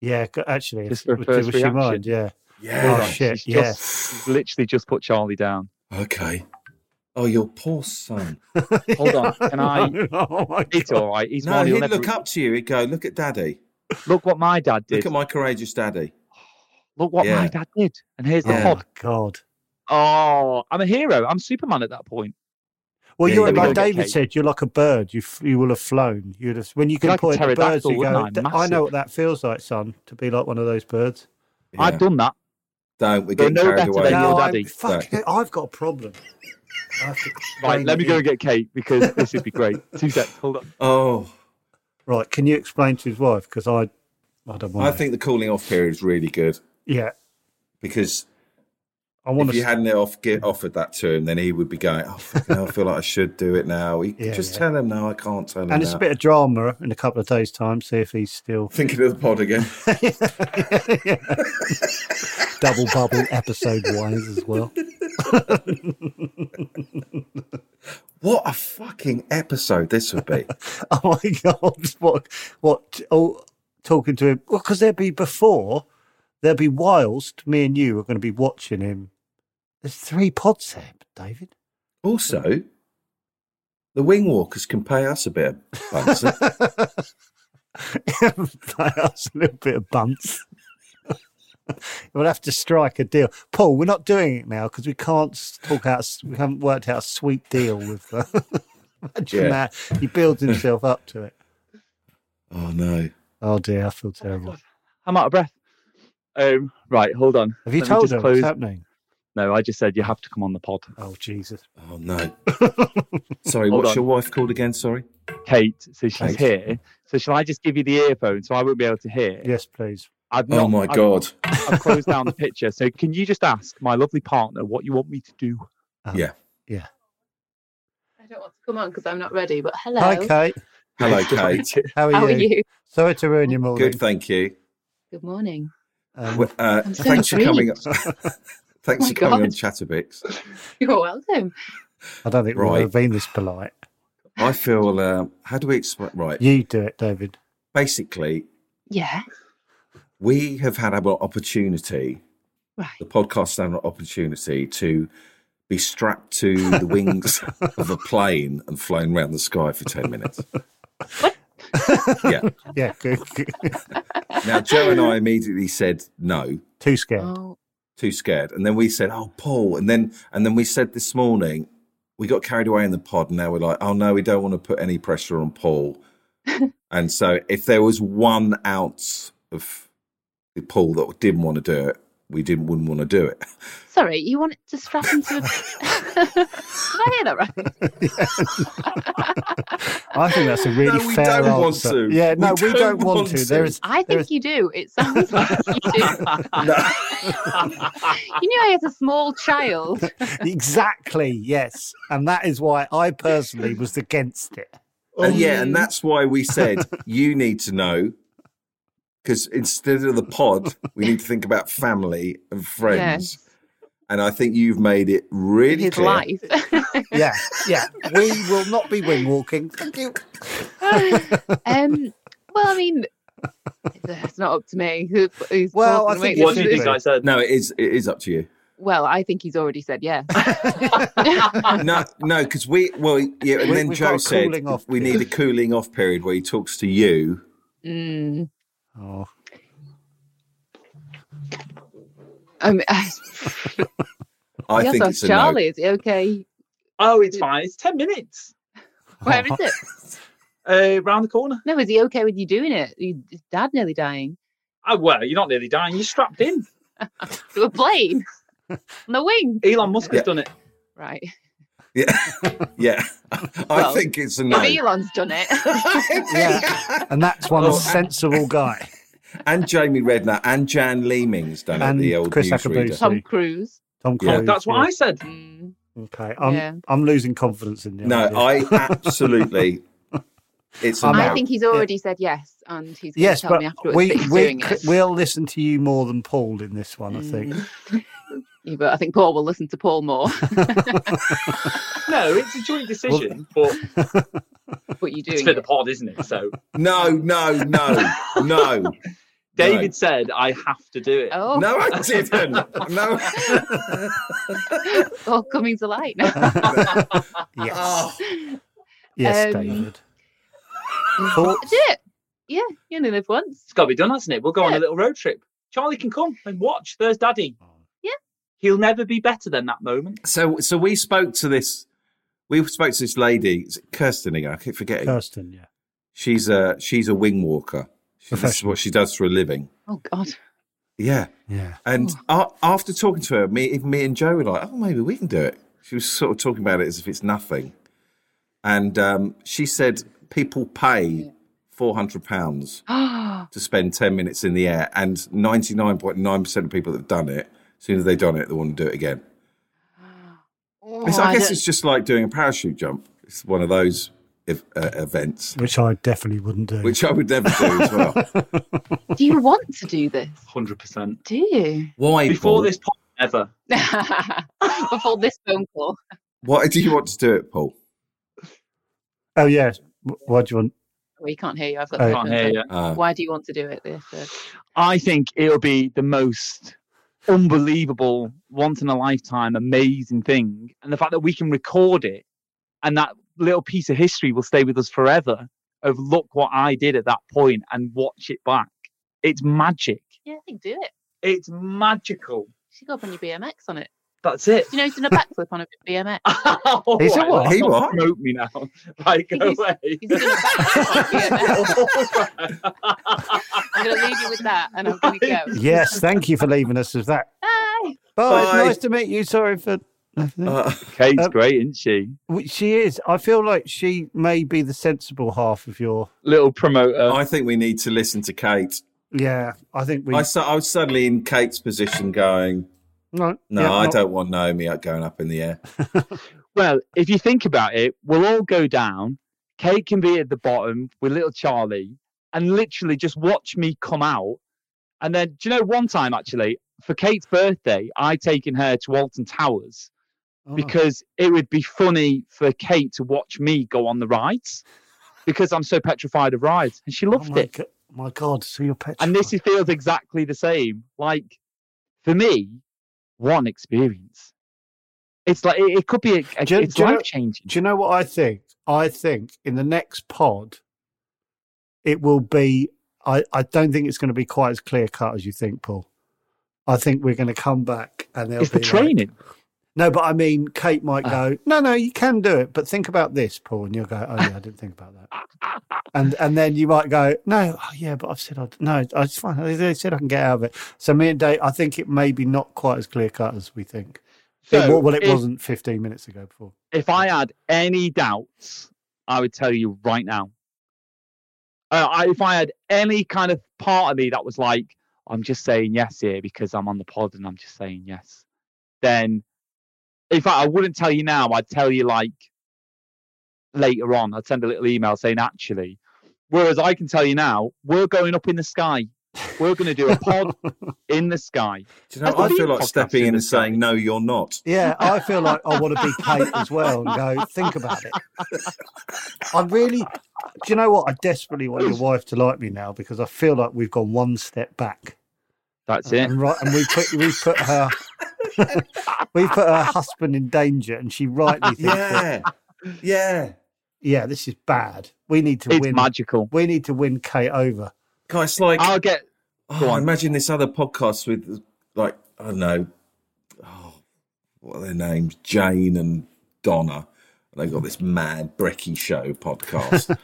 Speaker 1: Yeah, c- actually,
Speaker 3: Just
Speaker 1: if,
Speaker 3: for a
Speaker 1: if
Speaker 3: first
Speaker 1: she
Speaker 3: reaction.
Speaker 1: mind, yeah.
Speaker 2: Yeah.
Speaker 1: Oh, shit,
Speaker 3: She's just she's literally just put Charlie down.
Speaker 2: Okay. Oh, your poor son.
Speaker 3: Hold on, can I-
Speaker 1: oh my
Speaker 3: It's
Speaker 1: God.
Speaker 3: all right. He's
Speaker 2: No,
Speaker 3: one. He'll
Speaker 2: he'd
Speaker 3: never...
Speaker 2: look up to you. He'd go, "Look at daddy.
Speaker 3: Look what my dad did.
Speaker 2: Look at my courageous daddy."
Speaker 3: Look what my
Speaker 2: Yeah.
Speaker 3: dad did. And here's
Speaker 2: Yeah.
Speaker 3: the
Speaker 1: Oh
Speaker 3: pod.
Speaker 1: my God.
Speaker 3: Oh, I'm a hero. I'm Superman at that point.
Speaker 1: Well,
Speaker 2: Yeah,
Speaker 1: you're
Speaker 2: there we
Speaker 1: like
Speaker 3: go.
Speaker 1: David
Speaker 3: Okay.
Speaker 1: said. You're like a bird. You f- you will have flown. You'd have when you can
Speaker 3: like a
Speaker 1: point at birds.
Speaker 3: pterodactyl,
Speaker 1: You go.
Speaker 3: wouldn't I?
Speaker 1: I know
Speaker 3: Massive.
Speaker 1: what that feels like, son, to be like one of those birds.
Speaker 3: I've
Speaker 2: Yeah.
Speaker 3: done that.
Speaker 2: Don't we're
Speaker 3: They're
Speaker 2: getting
Speaker 3: no
Speaker 2: carried
Speaker 3: better
Speaker 2: away.
Speaker 3: than your
Speaker 1: No,
Speaker 3: dad.
Speaker 1: I'm,
Speaker 3: daddy.
Speaker 1: fuck, I've got a problem. I have to
Speaker 3: Right,
Speaker 1: explain
Speaker 3: let me
Speaker 1: it
Speaker 3: go
Speaker 1: in-
Speaker 3: and get Kate because this would be great. Two seconds. Hold on.
Speaker 2: Oh,
Speaker 1: Right, can you explain to his wife? Because I, I don't want.
Speaker 2: I think the cooling off period is really good
Speaker 1: Yeah,
Speaker 2: because
Speaker 1: I want
Speaker 2: if you
Speaker 1: to.
Speaker 2: hadn't off, get, offered that to him, then he would be going, "Oh, fucking hell, I feel like I should do it now." He,
Speaker 1: Yeah,
Speaker 2: just
Speaker 1: yeah.
Speaker 2: tell him, "No, I can't tell him."
Speaker 1: And it's a
Speaker 2: now."
Speaker 1: bit of drama in a couple of days' time. See if he's still
Speaker 2: thinking of the pod again.
Speaker 1: double bubble episode wise as well.
Speaker 2: what a fucking episode this would be.
Speaker 1: Oh my god! What? What? Oh, talking to him. Well, because there'd be before, there'd be whilst me and you are going to be watching him. There's three pods there, David.
Speaker 2: also, the wing walkers can pay us a bit of bunsen.
Speaker 1: That's a little bit of bunts. we'll have to strike a deal, Paul. We're not doing it now because we can't s- talk out. s- We haven't worked out a sweet deal with. Uh, imagine
Speaker 2: Yeah.
Speaker 1: that he builds himself up to it.
Speaker 2: oh no.
Speaker 1: Oh dear, I feel terrible.
Speaker 3: I'm out of breath. Um, right, hold on.
Speaker 1: Have you
Speaker 3: Let me
Speaker 1: told
Speaker 3: just
Speaker 1: him
Speaker 3: close-
Speaker 1: what's happening?
Speaker 3: No, I just said you have to come on the pod.
Speaker 1: Oh Jesus!
Speaker 2: Oh no. Sorry,
Speaker 3: Hold
Speaker 2: what's
Speaker 3: on.
Speaker 2: your wife called again? Sorry.
Speaker 3: Kate, so she's
Speaker 2: Kate.
Speaker 3: here. So shall I just give you the earphones so I won't be able to hear?
Speaker 1: Yes, please.
Speaker 3: I've
Speaker 2: Oh
Speaker 3: not-
Speaker 2: my
Speaker 3: I've-
Speaker 2: god.
Speaker 3: I've closed down the picture. So can you just ask my lovely partner what you want me to do?
Speaker 2: Yeah.
Speaker 4: I don't want to come on because I'm not ready, but hello.
Speaker 1: Hi, Kate.
Speaker 2: Hello, Kate.
Speaker 1: How are,
Speaker 4: How are
Speaker 1: you?
Speaker 4: you?
Speaker 1: Sorry to ruin your morning.
Speaker 2: Good, thank you.
Speaker 4: Good morning.
Speaker 1: Um,
Speaker 2: Well, Uh,
Speaker 4: I'm so
Speaker 2: thanks for coming. thanks
Speaker 4: Oh my
Speaker 2: for coming on
Speaker 4: God.
Speaker 2: Chatterbix.
Speaker 4: You're welcome.
Speaker 1: I don't think we've
Speaker 2: right.
Speaker 1: ever been this polite.
Speaker 2: I feel. Um, how do we explain? Right.
Speaker 1: You do it, David.
Speaker 2: Basically,
Speaker 4: Yeah.
Speaker 2: we have had our opportunity,
Speaker 4: Right.
Speaker 2: the podcast had an opportunity to be strapped to the wings of a plane and flown around the sky for ten minutes. yeah.
Speaker 1: Yeah, good. good.
Speaker 2: Now Joe and I immediately said no,
Speaker 1: Too scared.
Speaker 4: Oh,
Speaker 2: too scared, and then we said, "Oh, Paul," and then and then we said this morning. We got carried away in the pod, and now we're like, "Oh no, we don't want to put any pressure on Paul." and so, if there was one ounce of Paul that didn't want to do it, we didn't wouldn't want to do it.
Speaker 4: Sorry, you want to strap into a. Did I hear that right?
Speaker 1: I think that's a really
Speaker 2: No, we
Speaker 1: fair
Speaker 2: don't want
Speaker 1: answer.
Speaker 2: to.
Speaker 1: Yeah, no, we, don't, want, to. There is
Speaker 4: I
Speaker 1: there
Speaker 4: think
Speaker 1: is
Speaker 4: you do. It sounds like you do. you knew I was a small child.
Speaker 1: exactly yes, and that is why I personally was against it.
Speaker 2: And Oh, yeah,
Speaker 4: Mm.
Speaker 2: and that's why we said you need to know because instead of the pod, we need to think about family and friends.
Speaker 4: Yes.
Speaker 2: And I think you've made it really
Speaker 4: His
Speaker 2: clear.
Speaker 4: life.
Speaker 1: Yeah, yeah, we will not be wing walking. Thank you.
Speaker 4: um, well, I mean, it's not up to me. Who, who's
Speaker 1: Well,
Speaker 4: talking?
Speaker 1: I think
Speaker 4: Wait,
Speaker 1: it
Speaker 5: What
Speaker 4: what
Speaker 5: do
Speaker 1: should
Speaker 5: you
Speaker 4: is-
Speaker 5: think I said?
Speaker 2: No, it is. It is up to you.
Speaker 4: Well, I think he's already said yes.
Speaker 2: No, no, because we well, yeah. And
Speaker 1: We-
Speaker 2: then
Speaker 1: we've got
Speaker 2: Joe
Speaker 1: a
Speaker 2: said
Speaker 1: cooling off
Speaker 2: we
Speaker 1: period.
Speaker 2: need a cooling off period where he talks to you.
Speaker 4: Mm,
Speaker 1: Oh,
Speaker 4: I mean,
Speaker 2: I
Speaker 4: yes,
Speaker 2: think
Speaker 4: that's
Speaker 2: it's a
Speaker 4: Charlie. Is he okay?
Speaker 5: Oh, it's fine. It's 10 minutes.
Speaker 4: Where is it?
Speaker 5: Uh, round the corner.
Speaker 4: No, is he okay with you doing it? You- His dad nearly dying.
Speaker 5: Oh, well, you're not nearly dying. You're strapped in.
Speaker 4: To a plane on the wing.
Speaker 5: Elon Musk
Speaker 2: Yeah.
Speaker 5: has done it.
Speaker 4: Right. If
Speaker 2: no. Yeah, I
Speaker 4: Well,
Speaker 2: think it's a no.
Speaker 4: Elon's done it.
Speaker 1: Yeah. and that's one
Speaker 2: Oh, and-
Speaker 1: sensible guy.
Speaker 2: and Jamie Redknapp and Jan Leeming's done
Speaker 1: And
Speaker 2: it. The old
Speaker 1: Chris
Speaker 2: newsreader.
Speaker 1: Akabusi.
Speaker 4: Tom Cruise.
Speaker 1: Tom
Speaker 2: Oh, Yeah.
Speaker 1: Cruise.
Speaker 5: That's what I said.
Speaker 4: Mm,
Speaker 1: I. Okay, I'm
Speaker 4: Yeah.
Speaker 1: I'm losing confidence in you.
Speaker 2: No, I absolutely. It's a
Speaker 1: I'm
Speaker 2: no.
Speaker 4: I think he's already said yes, and he's going
Speaker 1: Yes,
Speaker 4: to tell
Speaker 1: but
Speaker 4: me afterwards
Speaker 1: we
Speaker 4: that he's
Speaker 1: we
Speaker 4: doing
Speaker 1: c-
Speaker 4: it.
Speaker 1: we'll listen to you more than Paul in this one. I think.
Speaker 4: Yeah, but I think Paul will listen to Paul more.
Speaker 5: No, it's a joint decision, but
Speaker 4: What you
Speaker 5: it's
Speaker 4: doing?
Speaker 5: for the
Speaker 4: it.
Speaker 5: pod, isn't it? So
Speaker 2: No, no, no, no.
Speaker 5: David
Speaker 2: Right.
Speaker 5: said, I have to do it.
Speaker 4: Oh,
Speaker 2: No, I didn't. No.
Speaker 4: all coming to light now.
Speaker 1: Yes,
Speaker 2: Oh.
Speaker 1: yes,
Speaker 4: Um,
Speaker 1: David. Thoughts?
Speaker 4: Do it. Yeah, you only live once.
Speaker 5: It's got to be done, hasn't it? We'll go on
Speaker 4: Yeah.
Speaker 5: a little road trip. Charlie can come and watch. There's Daddy.
Speaker 2: Oh.
Speaker 4: Yeah.
Speaker 5: He'll never be better than that moment.
Speaker 2: So, so we spoke to this. We spoke to this lady, is it Kirsten again. I keep forgetting.
Speaker 1: Kirsten, yeah.
Speaker 2: She's a she's a wing walker. She, this is what she does for a living.
Speaker 4: Oh God.
Speaker 2: Yeah.
Speaker 1: Yeah.
Speaker 2: And a
Speaker 4: Oh.
Speaker 2: after talking to her, me, even me and Joe were like, "Oh, maybe we can do it." She was sort of talking about it as if it's nothing. And um, she said people pay four hundred pounds
Speaker 4: Oh,
Speaker 2: to spend 10 minutes in the air and 99.9% of people that have done it as soon as they've done it they want to do it again it's, i,
Speaker 4: Oh, I
Speaker 2: guess
Speaker 4: don't-
Speaker 2: it's just like doing a parachute jump it's one of those ev- uh, events
Speaker 1: Which I definitely wouldn't do.
Speaker 2: which i would never do as well
Speaker 4: do you want to do this?
Speaker 5: 100%.
Speaker 4: Do you?
Speaker 2: why
Speaker 5: Before
Speaker 2: Paul?
Speaker 5: this pod, ever.
Speaker 4: Before this phone call.
Speaker 2: why do you want to do it paul
Speaker 1: oh yes. Wh- Why do you want?
Speaker 4: We can't hear you. I've got
Speaker 1: Oh.
Speaker 4: the
Speaker 5: Can't
Speaker 4: phone
Speaker 5: hear
Speaker 4: call.
Speaker 5: you.
Speaker 2: uh,
Speaker 4: Why do you want to do it? This. uh,
Speaker 3: I think it'll be the most unbelievable, once in a lifetime, amazing thing. And the fact that we can record it and that little piece of history will stay with us forever of look what I did at that point and watch it back. It's magic.
Speaker 4: Yeah, I think do it.
Speaker 5: It's magical.
Speaker 4: You should go up on your BMX on it.
Speaker 5: That's it.
Speaker 4: You know, he's done a backflip on a BMX.
Speaker 5: Oh,
Speaker 1: He said
Speaker 5: right,
Speaker 1: what?
Speaker 5: that's
Speaker 2: He
Speaker 5: not
Speaker 2: what?
Speaker 5: Promote me now. Like,
Speaker 4: think
Speaker 5: go
Speaker 4: he's-
Speaker 5: away.
Speaker 4: He's done a backflip on a BMX. I'm going to leave you with that, and I'm going to go.
Speaker 1: Yes, thank you for leaving us with that.
Speaker 4: Bye.
Speaker 1: Bye. It's
Speaker 2: Bye.
Speaker 1: Nice to meet you. Sorry for. nothing.
Speaker 2: uh,
Speaker 3: Kate's
Speaker 1: Um,
Speaker 3: great, isn't she?
Speaker 1: Well, She is. I feel like she may be the sensible half of your.
Speaker 3: Little promoter.
Speaker 2: i think we need to listen to kate
Speaker 1: Yeah, I think we.
Speaker 2: I, su- I was suddenly in kate's position going
Speaker 1: no,
Speaker 2: no
Speaker 1: yeah,
Speaker 2: i
Speaker 1: not-
Speaker 2: don't want naomi up- going up in the air
Speaker 3: Well, if you think about it, we'll all go down. Kate can be at the bottom with little Charlie and literally just watch me come out. And then, do you know, one time actually, for Kate's birthday, I taken her to Walton Towers
Speaker 1: Oh.
Speaker 3: because it would be funny for Kate to watch me go on the rides because I'm so petrified of rides. And she
Speaker 1: Oh
Speaker 3: loved
Speaker 1: my,
Speaker 3: it.
Speaker 1: go- my God, so you're petrified.
Speaker 3: And this is, feels exactly the same. Like, for me, one experience. It's like, it, it could be, a, a-
Speaker 1: Do you-
Speaker 3: it's
Speaker 1: do you know-
Speaker 3: life changing.
Speaker 1: Do you know what I think? I think in the next pod, it will be. I, I don't think it's going to be quite as clear cut as you think, Paul. I think we're going to come back and there'll
Speaker 3: It's
Speaker 1: be
Speaker 3: the training.
Speaker 1: Like, No, but I mean, Kate might
Speaker 3: Ah.
Speaker 1: go, no, no, you can do it, but think about this, Paul. And you'll go, oh, yeah, I didn't think about that. and and then you might go, no, oh, yeah, but I've said, I'd, no, I- it's fine. They- They said I can get out of it. So me and Dave, I think it may be not quite as clear cut as we think. It-
Speaker 3: So
Speaker 1: well, it
Speaker 3: if-
Speaker 1: wasn't 15 minutes ago before.
Speaker 3: If I had any doubts, I would tell you right now. Uh, I, if I had any kind of part of me that was like, I'm just saying yes here because I'm on the pod and I'm just saying yes, then in fact, I wouldn't tell you now. I'd tell you like later on. I'd send a little email saying, actually, whereas I can tell you now, we're going up in the sky. We're going to do a pod in the sky.
Speaker 2: Do you know, I feel like stepping in and saying, no, you're not.
Speaker 1: Yeah, I feel like I want to be Kate as well and go, think about it. I really, do you know what? I desperately want your wife to like me now because I feel like we've gone one step back.
Speaker 3: That's it.
Speaker 1: And, right, and we put we put her we put her husband in danger, and she rightly thinks, that,
Speaker 2: Yeah. Yeah.
Speaker 1: yeah, this is bad. We need to
Speaker 3: It's
Speaker 1: win.
Speaker 3: magical.
Speaker 1: We need to win Kate over.
Speaker 2: Guys, it's like,
Speaker 3: I'll get
Speaker 2: oh,
Speaker 3: go on.
Speaker 2: imagine this other podcast with, like, I don't know, oh, what are their names? Jane and Donna. And they've got this mad Brecky show podcast.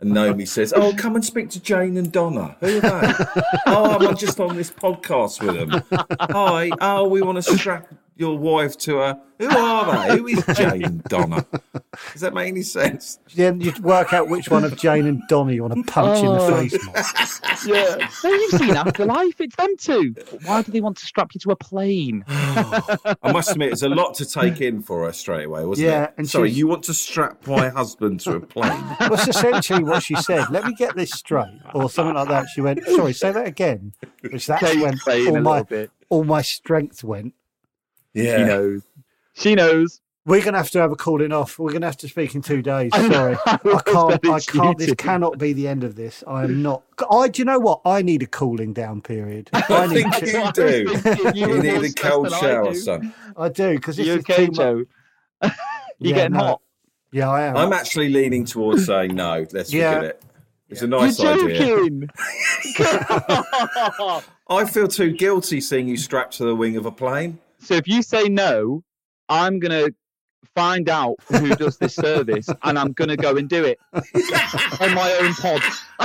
Speaker 2: and Naomi says, oh, come and speak to Jane and Donna. Who are they? oh, I'm just on this podcast with them. Hi. Oh, we want to strap your wife to her. Who are they? Who is Jane and Donna? Does that make any sense?
Speaker 1: Then you work out which one of Jane and Donnie you want to punch
Speaker 3: Oh.
Speaker 1: in the face. More.
Speaker 3: Yeah. No, you've seen Afterlife. It's them two. But Why do they want to strap you to a plane?
Speaker 2: I must admit, it's a lot to take in for her straight away, wasn't
Speaker 1: Yeah,
Speaker 2: it?
Speaker 1: and
Speaker 2: Sorry,
Speaker 1: she's-
Speaker 2: you want to strap my husband to a plane?
Speaker 1: That's essentially what she said. Let me get this straight, or something like that. She went, "Sorry, say that again." Which that's
Speaker 3: Kate's
Speaker 1: when
Speaker 3: playing
Speaker 1: all
Speaker 3: a
Speaker 1: my
Speaker 3: little bit.
Speaker 1: all my strength went.
Speaker 2: Yeah.
Speaker 3: She knows. She knows.
Speaker 1: We're going to have to have a calling off. We're going to have to speak in two days. Sorry, I
Speaker 3: was
Speaker 1: can't.
Speaker 3: very
Speaker 1: I can't. This
Speaker 3: cheating.
Speaker 1: cannot be the end of this. I am not. I. Do you know what? I need a cooling down period.
Speaker 2: I
Speaker 1: I need.
Speaker 2: think
Speaker 1: to-
Speaker 2: you
Speaker 3: I was
Speaker 2: do.
Speaker 3: thinking you
Speaker 2: You
Speaker 3: were
Speaker 2: need
Speaker 3: more
Speaker 2: a
Speaker 3: stressed
Speaker 2: cold
Speaker 3: than I
Speaker 2: shower,
Speaker 3: do.
Speaker 2: son.
Speaker 1: I do because this
Speaker 3: You
Speaker 1: is too
Speaker 3: okay,
Speaker 1: much-
Speaker 3: Joe? you
Speaker 1: Yeah,
Speaker 3: getting
Speaker 1: no.
Speaker 3: hot?
Speaker 1: Yeah, I am.
Speaker 2: I'm actually leaning towards saying no. Let's
Speaker 1: Yeah.
Speaker 2: forget it. It's a nice
Speaker 3: You're
Speaker 2: idea.
Speaker 3: joking.
Speaker 2: I feel too guilty seeing you strapped to the wing of a plane.
Speaker 3: so if you say no, I'm gonna find out who does this service, and I'm gonna go and do it on my own pod.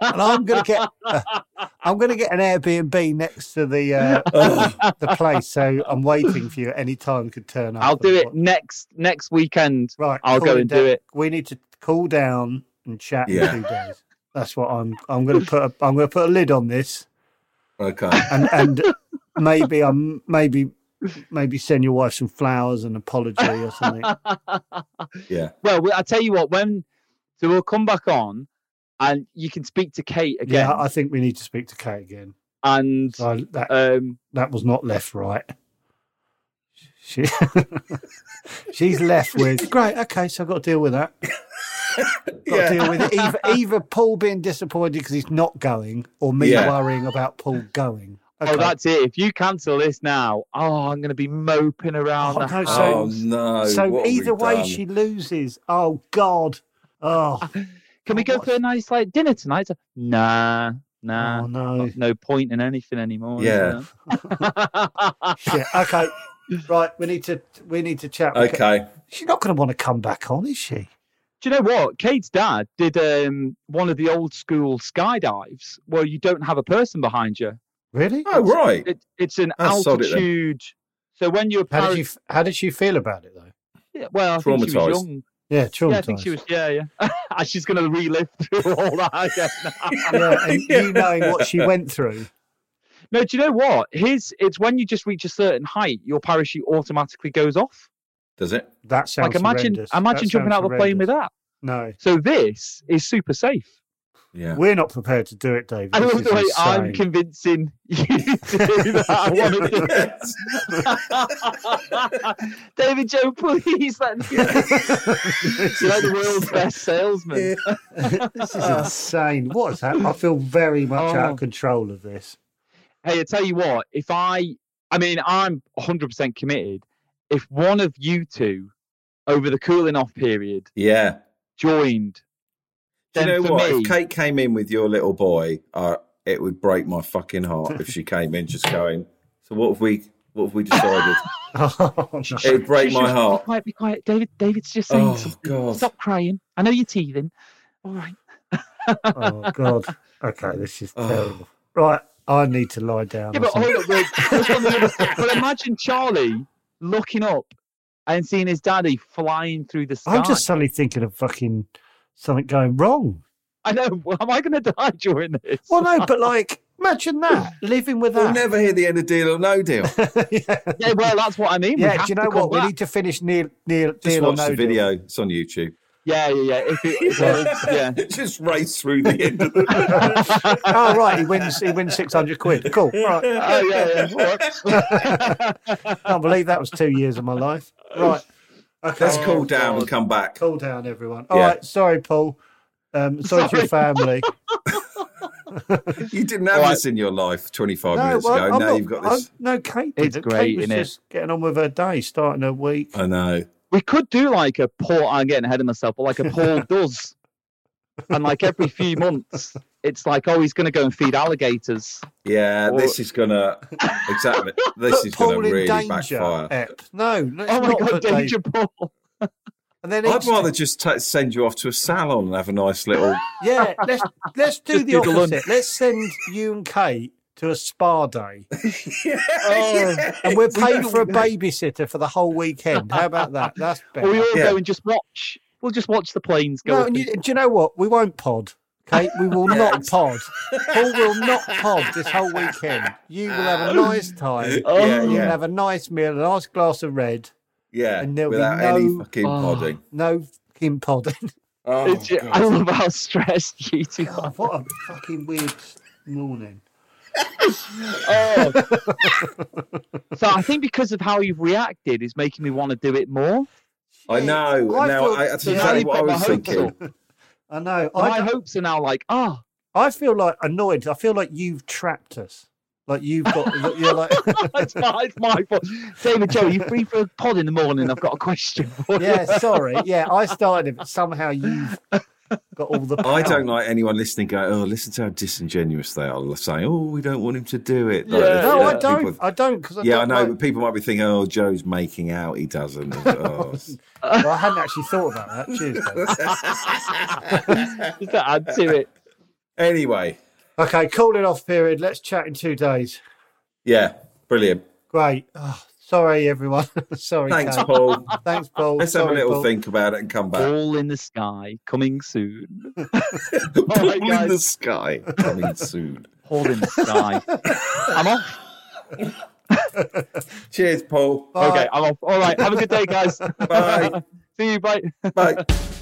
Speaker 1: and I'm going to get. I'm going to get an Airbnb next to the uh, the place, so I'm waiting for you at any time. Could turn up.
Speaker 3: I'll do
Speaker 1: and
Speaker 3: it
Speaker 1: what-
Speaker 3: next next weekend.
Speaker 1: Right,
Speaker 3: I'll go
Speaker 1: cooling
Speaker 3: and
Speaker 1: down.
Speaker 3: do it.
Speaker 1: We need to cool down and chat
Speaker 2: Yeah.
Speaker 1: in two days. That's what I'm. I'm going to put. A, I'm going to put a lid on this,
Speaker 2: Okay.
Speaker 1: and and maybe I'm maybe maybe send your wife some flowers and apology or something.
Speaker 2: Yeah.
Speaker 3: Well, we- I tell you what, when so we'll come back on, and you can speak to Kate again,
Speaker 1: Yeah, I think we need to speak to Kate again.
Speaker 3: and
Speaker 1: So that
Speaker 2: Uh,
Speaker 3: um,
Speaker 1: that was not left right. She she's left with great. Okay, so I've got to deal with that. Got to deal with it. Either, either Paul being disappointed because he's not going, or me
Speaker 2: Yeah.
Speaker 1: worrying about Paul going.
Speaker 3: oh, that's it. If you cancel this now, oh, I'm going to be moping around.
Speaker 1: Oh,
Speaker 3: the
Speaker 1: no,
Speaker 3: house.
Speaker 1: so-
Speaker 2: oh no. what
Speaker 1: so
Speaker 2: have we
Speaker 1: either way,
Speaker 2: done?
Speaker 1: she loses. Oh God. Oh,
Speaker 3: can we go for a nice like dinner tonight? It's like, Nah, nah.
Speaker 2: Uh,
Speaker 1: oh no.
Speaker 3: Not- No point in anything anymore. is
Speaker 2: Yeah.
Speaker 3: there?
Speaker 1: Shit. Okay. Right. We need to. We need to chat. with Ka-
Speaker 2: Okay.
Speaker 1: She's not going to want to come back on, is she?
Speaker 3: Do you know what? Kate's dad did um, one of the old school skydives where you don't have a person behind you.
Speaker 1: Really?
Speaker 2: Oh right.
Speaker 3: It, it's an
Speaker 2: Oh, sod it then.
Speaker 3: altitude. so when you're
Speaker 1: How did
Speaker 3: parachute-
Speaker 1: you? f- How did she feel about it though?
Speaker 3: Yeah, well, I think she was
Speaker 2: Traumatised.
Speaker 3: young.
Speaker 1: Yeah, traumatized.
Speaker 3: Yeah, I think she was. Yeah, yeah. And She's going to relive through all that again.
Speaker 1: Yeah, and you knowing what she went through.
Speaker 3: no, do you know what? His it's when you just reach a certain height, your parachute automatically goes off.
Speaker 2: Does it?
Speaker 1: That sounds
Speaker 3: like imagine,
Speaker 1: horrendous.
Speaker 3: imagine
Speaker 1: That
Speaker 3: jumping
Speaker 1: sounds
Speaker 3: out of a plane with
Speaker 1: horrendous.
Speaker 3: that.
Speaker 1: No,
Speaker 3: So this is super safe.
Speaker 2: Yeah.
Speaker 1: we're not prepared to do it, David.
Speaker 3: I
Speaker 1: This
Speaker 3: love
Speaker 1: is
Speaker 3: the way I'm
Speaker 1: insane.
Speaker 3: convincing you to do that. I wanna do it.
Speaker 2: Yes.
Speaker 3: David Joe, please let me. You're like the world's best salesman.
Speaker 1: This is insane. What is that? I feel very much out
Speaker 3: Oh.
Speaker 1: of control of this.
Speaker 3: Hey, I tell you what, if I, I mean, I'm 100% committed. If one of you two over the cooling off period
Speaker 2: Yeah.
Speaker 3: joined,
Speaker 2: Do you
Speaker 3: then
Speaker 2: know
Speaker 3: for
Speaker 2: what?
Speaker 3: me,
Speaker 2: If Kate came in with your little boy, uh, it would break my fucking heart if she came in just going, So what have we What have we decided? It'd break my heart.
Speaker 3: Be quiet, be quiet. David, David's just saying
Speaker 2: Oh,
Speaker 3: something.
Speaker 2: God.
Speaker 3: Stop crying. I know you're teething. All right.
Speaker 1: oh God. Okay, this is terrible. Right, I need to lie down.
Speaker 3: Oh. Yeah,
Speaker 1: or
Speaker 3: but
Speaker 1: something.
Speaker 3: hold up, wait. Just on the other side. But imagine Charlie looking up and seeing his daddy flying through the sky.
Speaker 1: I'm just suddenly thinking of fucking something going wrong.
Speaker 3: I know. Well, am I going to die during this?
Speaker 1: Well, no, but like, imagine that living with
Speaker 2: We'll
Speaker 1: that.
Speaker 2: never hear the end of Deal or No Deal.
Speaker 3: yeah, well, that's what I mean. We
Speaker 1: yeah, do
Speaker 3: have
Speaker 1: you
Speaker 3: to
Speaker 1: know
Speaker 3: come
Speaker 1: what? We
Speaker 3: back.
Speaker 1: need to finish near near
Speaker 2: Just
Speaker 1: deal or
Speaker 2: watch
Speaker 1: no
Speaker 2: the
Speaker 1: Deal.
Speaker 2: video. It's on YouTube.
Speaker 3: Yeah, yeah, yeah. If it, if it- yeah.
Speaker 2: Just race through the end of the.
Speaker 1: oh right, he wins. He wins six hundred quid. Cool. Right,
Speaker 3: Oh, yeah, yeah. All right.
Speaker 1: can't believe that was two years of my life. Right. Okay.
Speaker 2: Let's cool down and come back.
Speaker 1: Oh, Cool down, everyone. All right.
Speaker 2: Yeah.
Speaker 1: Sorry, Paul. Um, sorry, to your family.
Speaker 2: You didn't have
Speaker 3: All right.
Speaker 2: this in your life 25
Speaker 1: no,
Speaker 2: minutes
Speaker 1: well,
Speaker 2: ago.
Speaker 1: I'm
Speaker 2: now
Speaker 1: not-
Speaker 2: you've got this.
Speaker 1: I'm- no, Kate.
Speaker 3: It's
Speaker 1: did it.
Speaker 3: great,
Speaker 1: Kate was
Speaker 3: innit?
Speaker 1: just getting on with her day, starting her week.
Speaker 2: I know.
Speaker 3: we could do like a Paul. I'm getting ahead of myself, but like a Paul does, and like every few months, it's like, oh, he's going to go and feed alligators.
Speaker 2: Yeah,
Speaker 3: Or-
Speaker 2: this is gonna exactly. This
Speaker 1: Put
Speaker 2: is
Speaker 1: Paul
Speaker 2: gonna
Speaker 1: in
Speaker 2: really
Speaker 1: danger.
Speaker 2: backfire.
Speaker 1: Ep. No, let's
Speaker 3: Oh my
Speaker 1: not
Speaker 3: god,
Speaker 1: put Dave-
Speaker 3: danger Paul!
Speaker 1: And then
Speaker 2: I'd
Speaker 1: each-
Speaker 2: rather just ta send you off to a salon and have a nice little.
Speaker 1: Yeah, let's let's do
Speaker 3: Just
Speaker 1: the
Speaker 3: do the lunch.
Speaker 1: opposite. Let's send you and Kate to a spa day, Oh,
Speaker 2: Yeah.
Speaker 1: and we're paying for a babysitter for the whole weekend. How about that? That's
Speaker 3: Or
Speaker 1: better.
Speaker 3: we all
Speaker 2: Yeah.
Speaker 3: go and just watch. We'll just watch the planes go.
Speaker 1: no,
Speaker 3: up
Speaker 1: and you,
Speaker 3: and-
Speaker 1: do you know what? We won't pod, Kate. We will not pod. Paul will not pod this whole weekend. You will have a nice time.
Speaker 3: Oh.
Speaker 2: yeah,
Speaker 1: You'll
Speaker 2: yeah,
Speaker 1: have a nice meal, a nice glass of red.
Speaker 2: yeah.
Speaker 1: And there'll be
Speaker 2: Without any
Speaker 1: no- Ah.
Speaker 2: fucking
Speaker 3: Oh.
Speaker 2: podding.
Speaker 1: No fucking podding.
Speaker 2: Oh,
Speaker 3: It's ju- I
Speaker 2: God.
Speaker 3: love how stressed you two are.
Speaker 1: what a fucking weird morning.
Speaker 3: Oh. so I think because of how you've reacted is making me want to do it more.
Speaker 2: I know.
Speaker 1: I
Speaker 2: now,
Speaker 1: feel-
Speaker 2: I, that's
Speaker 1: Yeah,
Speaker 2: exactly
Speaker 3: you
Speaker 2: what I
Speaker 3: put my
Speaker 2: was
Speaker 3: hopes
Speaker 2: thinking.
Speaker 1: I know.
Speaker 3: My
Speaker 1: I,
Speaker 3: hopes are now like, ah,
Speaker 1: I feel like annoyed. I feel like you've trapped us. Like you've got. you're like.
Speaker 3: it's, my, it's my fault. David Joe, you free for a pod in the morning? I've got a question for you.
Speaker 1: yeah, sorry. Yeah, I started it, but somehow you've got all the. power.
Speaker 2: I don't like anyone listening going, oh, listen to how disingenuous they are saying, oh, we don't want him to do it. Like,
Speaker 3: Yeah,
Speaker 1: No,
Speaker 2: you know,
Speaker 1: I don't.
Speaker 2: people-
Speaker 1: I don't because I
Speaker 2: yeah, I
Speaker 1: don't
Speaker 2: know,
Speaker 1: like-
Speaker 2: but people might be thinking, oh, Joe's making out, he doesn't. Oh,
Speaker 1: well, I hadn't actually thought about that. Cheers. Dave.
Speaker 3: Just to add to it.
Speaker 2: anyway,
Speaker 1: okay, cooling off period. Let's chat in two days.
Speaker 2: yeah, brilliant.
Speaker 1: Great. Oh, sorry, everyone. sorry.
Speaker 2: Thanks,
Speaker 1: Kate.
Speaker 2: Paul.
Speaker 1: Thanks, Paul.
Speaker 2: Let's have a
Speaker 1: Sorry,
Speaker 2: little
Speaker 1: Paul.
Speaker 2: think about it and come back.
Speaker 3: All in the sky, coming soon.
Speaker 2: Paul
Speaker 3: right,
Speaker 2: in the
Speaker 3: guys.
Speaker 2: sky coming soon.
Speaker 3: All in the sky. I'm off.
Speaker 2: Cheers, Paul.
Speaker 1: Bye.
Speaker 3: Okay, I'm off. All right. Have a good day, guys.
Speaker 2: Bye.
Speaker 3: See you. Bye.
Speaker 2: Bye.